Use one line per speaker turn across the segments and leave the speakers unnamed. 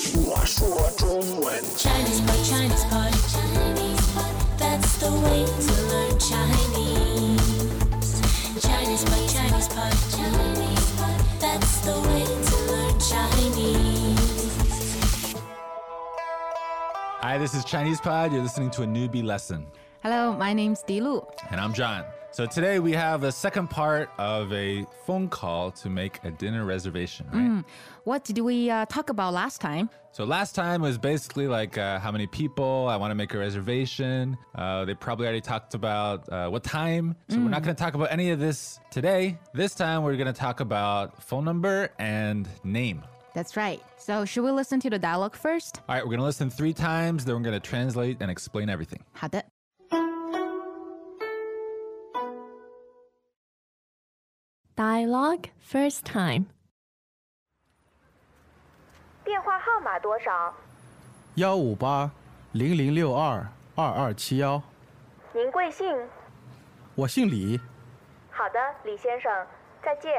说中文。
Chinese pot, Chinese pot, Chinese pot. That's the way to learn Chinese. Chinese pot, Chinese pot, Chinese pot. That's the way to learn Chinese.
Hi, this is Chinese Pod. You're listening to a newbie lesson.
Hello, my name's Di Lu.
And I'm John. So today we have the second part of a phone call to make a dinner reservation, right?
What did we uh, talk about last time?
So last time was basically like uh, how many people, I want to make a reservation. Uh, they probably already talked about uh, what time. So we're not going to talk about any of this today. This time we're going to talk about phone number and name.
That's right. So, should we listen to the dialogue first?
All right, we're going to listen three times, then we're going to translate and explain everything.
好的。
Dialogue first time.
电话号码多少？
幺五八零零六二二二七幺，
您贵姓？
我姓李。
好的，李先生，再见。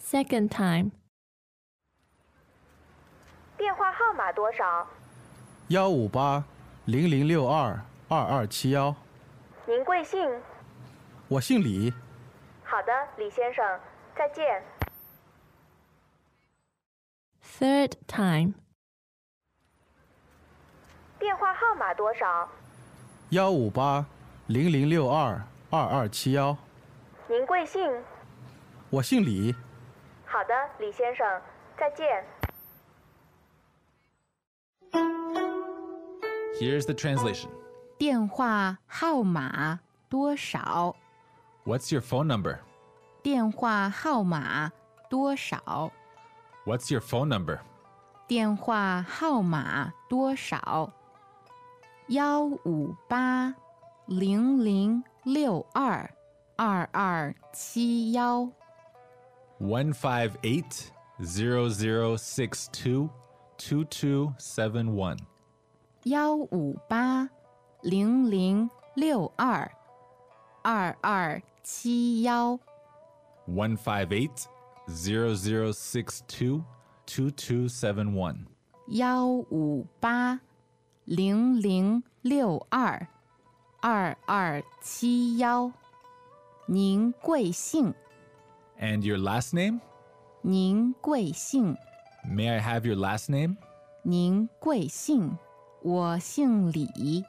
Second time.
电话号码多少？
幺五八零零六二二二七幺，
您贵姓？
我姓李。
好的，李先生，再见。
Third time.
电话号码多少？
幺五八零零六二二二七幺，
您贵姓？
我姓李。
好的，李先生，再见。
Here's the translation
电话号码多少？
What's your phone number?
电话号码多少？
What's your phone number?
电话号码多少？幺五八零零六二二二七幺。
158 0062 2271.
幺五八零零六二二二七幺
158 0062 2271.
幺五八零零六二二二七幺。您贵姓？
And your last name?
您贵姓？
May I have your last name?
您贵姓？我姓李，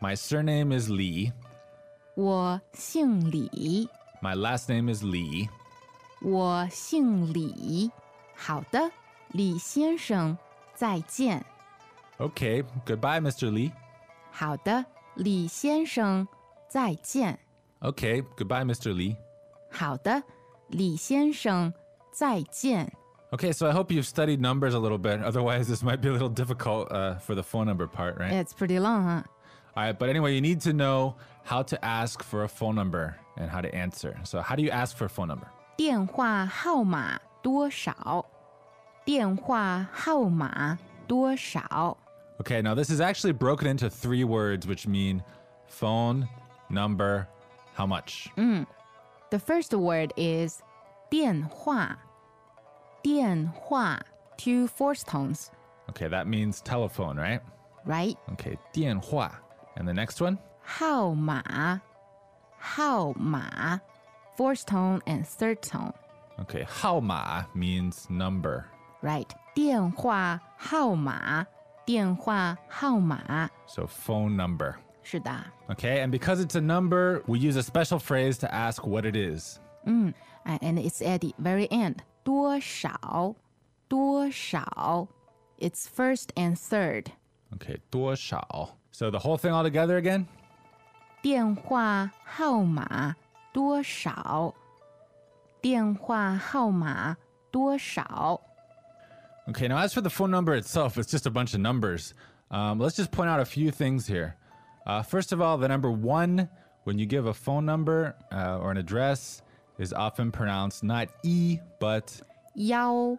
My surname is Lee.
我姓李，
My last name is Lee.
我姓李。好的，李先生，再见。
Okay, goodbye, Mr. Lee.
好的，李先生，再见。
Okay, goodbye, Mr. Lee.
好的，李先生，再见。
Okay, so I hope you've studied numbers a little bit. Otherwise, this might be a little difficult uh, for the phone number part, right?
It's pretty long, huh?
All right, but anyway, you need to know how to ask for a phone number and how to answer. So, how do you ask for a phone number?
电话号码多少？电话号码多少？
Okay, now this is actually broken into three words, which mean phone, number, how much.
The first word is 电话，电话 two fourth tones,
Okay, that means telephone, right?
right?
Okay, 电话. And the next one?
号码，号码 fourth tone and third tone,
Okay, 号码 means number.
right? 电话号码，电话号码，
So phone number.
是的。
Okay, and because it's a number, we use a special phrase to ask what it is.
嗯，and and it's at the very end. 多少，多少，it's first and third.
Okay, 多少. So the whole thing all together again?
电话号码多少？电话号码多少？
Okay, now as for the phone number itself, it's just a bunch of numbers. Um, let's just point out a few things here. Uh, first of all, the number one, when you give a phone number uh, or an address, is often pronounced not E, but
幺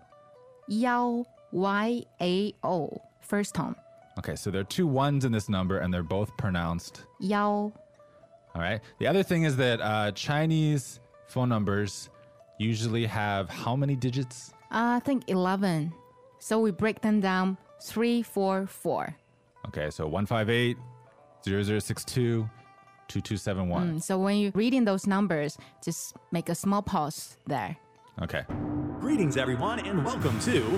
幺 y a o first tone
okay, so there are two ones in this number and they're both pronounced.
幺
All right. The other thing is that uh, Chinese phone numbers usually have how many digits?
I Uh, think eleven So we break them down three, four, four.
Okay, so 158 0062 2271.
Mm, so when you're reading those numbers, just make a small pause there.
Okay.
Greetings, everyone, and welcome to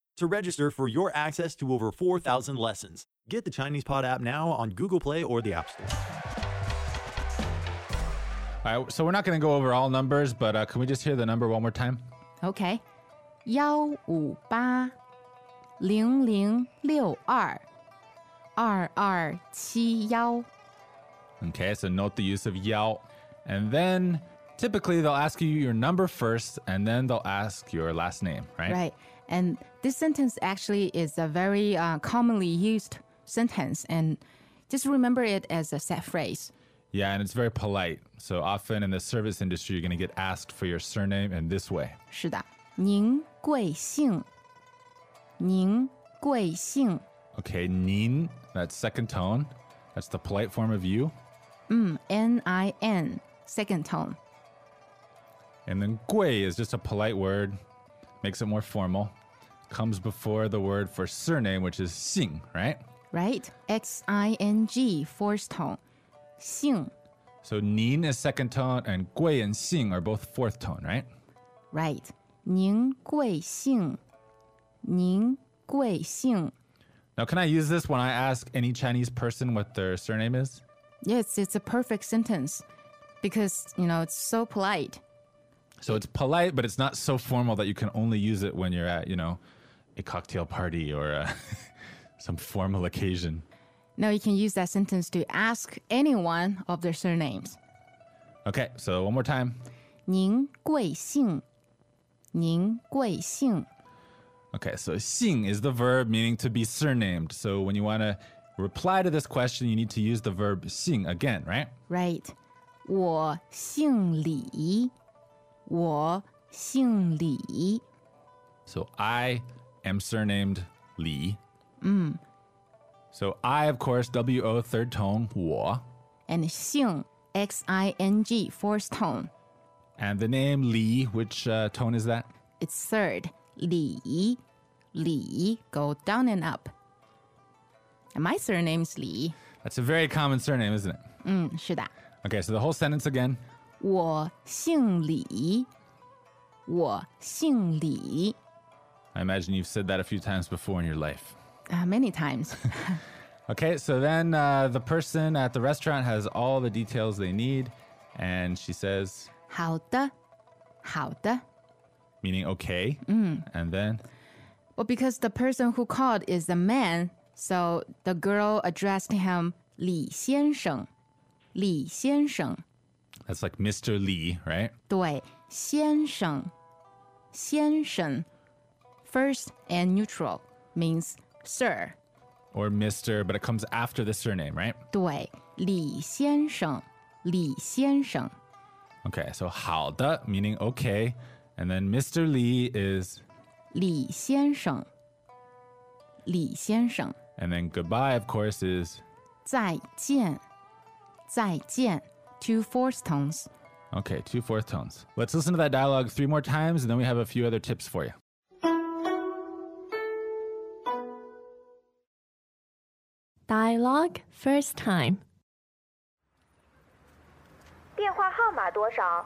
to register for your access to over 4,000 lessons. Get the Chinese Pod app now on Google Play or the App Store.
All right, so we're not going to go over all numbers, but uh, can we just hear the number one more time?
Okay，幺五八零零六二二二七幺。
Okay, so note the use of yao. And then typically they'll ask you your number first, and then they'll ask your last name, right?
Right. And this sentence actually is a very uh, commonly used sentence, and just remember it as a set phrase.
Yeah, and it's very polite. So often in the service industry, you're going to get asked for your surname in this way.
是的，您贵姓？您贵姓？
Okay, nin, that's second tone. That's the polite form of you.
嗯，N I N second tone。
And then gui is just a polite word, makes it more formal. Comes before the word for surname, which is xing, right?
Right? X I N G fourth tone. 姓
So nin is second tone, and gui and xing are both fourth tone, right?
Right. 您贵姓？您贵姓
Now, can I use this when I ask any Chinese person what their surname is?
Yes, it's a perfect sentence because, you know, it's so polite.
So it's polite, but it's not so formal that you can only use it when you're at, you know, a cocktail party or uh some formal occasion.
Now you can use that sentence to ask anyone of their surnames.
Okay, so one more time.
您贵姓？您贵姓？
Okay, so xing is the verb meaning to be surnamed. So when you want to reply to this question, you need to use the verb xing again, right?
Right. 我姓李，我姓李，
So I am surnamed Li. So I, of course, W O third tone, 我,
and 姓 X I N G fourth tone.
and the name Li. Which uh, tone is that?
It's third. 李李 go down and up. And my surname's 李。
That's a very common surname, isn't it?
嗯，是的，
Okay, so the whole sentence again.
我姓李，我姓李。
I imagine you've said that a few times before in your life.
Uh, many times.
Okay, so then uh, the person at the restaurant has all the details they need, and she says,
好的，好的。
meaning okay. And then,
Well, because the person who called is a man, so the girl addressed him 李先生，李先生。
that's like Mr. Li, right?
对，先生，先生。First and neutral means sir.
Or Mr., but it comes after the surname, right?
对，李先生，李先生。
Okay, so 好的 meaning okay, and then Mr. Lee is,
李先生，李先生，
and then goodbye, of course, is
再见，再见。Two fourth tones.
okay. Two fourth tones. Let's listen to that dialogue three more times, and then we have a few other tips for you.
，Dialogue first time，
电话号码多少？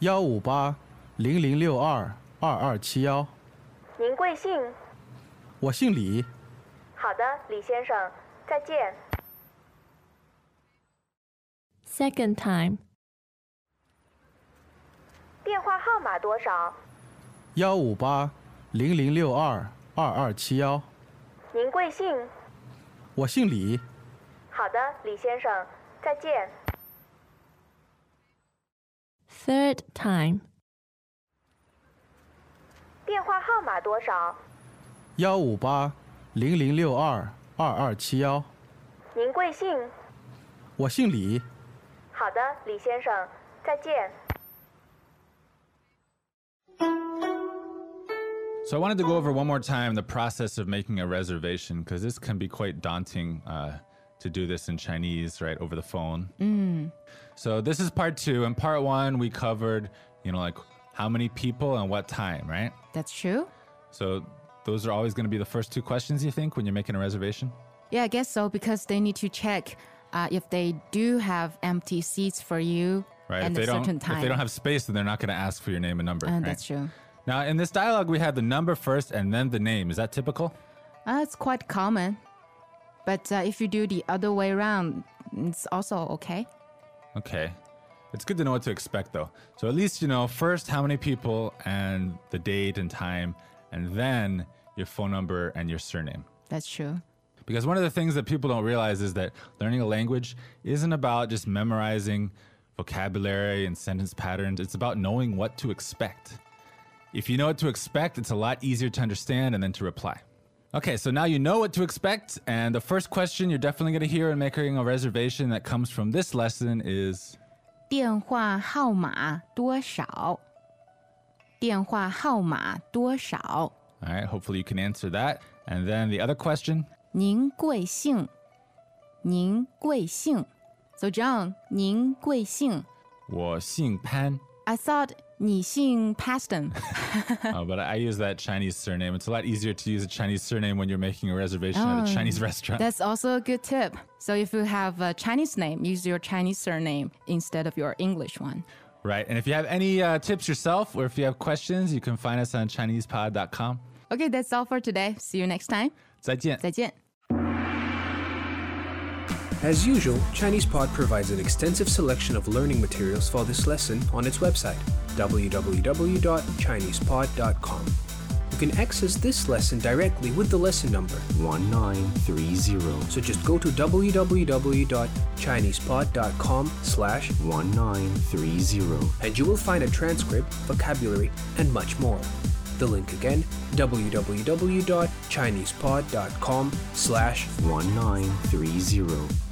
幺五八零零六二二二七幺。
您贵姓？
我姓李，
好的，李先生，再见。
second time，
电话号码多少？
幺五八零零六二二二七幺。
您贵姓？
我姓李，
好的，李先生，再见。
third time，
电话号码多少？
幺五八零零六二二二七幺。
您贵姓？
我姓李。
好的，李先生，再见。
So I wanted to go over one more time the process of making a reservation because this can be quite daunting uh, to do this in Chinese, right, over the phone. So this is part two. In part one, we covered, you know, like how many people and what time, right?
That's true.
So those are always going to be the first two questions you think when you're making a reservation.
Yeah, I guess so because they need to check uh, if they do have empty seats for you
Right.
at
if they
a
don't
certain time.
if they don't have space, then they're not going to ask for your name and number.
Uh,
right?
That's true.
Now in this dialogue, we had the number first and then the name. Is that typical?
Uh, it's quite common. But uh, if you do the other way around, it's also okay.
Okay. It's good to know what to expect though. So at least you know first how many people and the date and time and then your phone number and your surname.
That's true.
Because one of the things that people don't realize is that learning a language isn't about just memorizing vocabulary and sentence patterns. It's about knowing what to expect. If you know what to expect, it's a lot easier to understand and then to reply. Okay, so now you know what to expect. And the first question you're definitely going to hear in making a reservation that comes from this lesson is
电话号码多少？电话号码多少？
all right, hopefully you can answer that. And then the other question
您贵姓？您贵姓？So John，您贵姓
我姓潘.
？I thought 你姓 Paston。
Uh, but I use that Chinese surname. It's a lot easier to use a Chinese surname when you're making a reservation at a Chinese restaurant.
That's also a good tip. So if you have a Chinese name, use your Chinese surname instead of your English one.
Right. And if you have any uh, tips yourself or if you have questions, you can find us on ChinesePod.com.
Okay, that's all for today. See you next time.
再见.
再见。
As usual, ChinesePod provides an extensive selection of learning materials for this lesson on its website, www.chinesepod.com. You can access this lesson directly with the lesson number,
1930
so just go to www.chinesepod.com slash
1930.
and you will find a transcript, vocabulary, and much more. The link again, www.chinesepod.com slash
1930.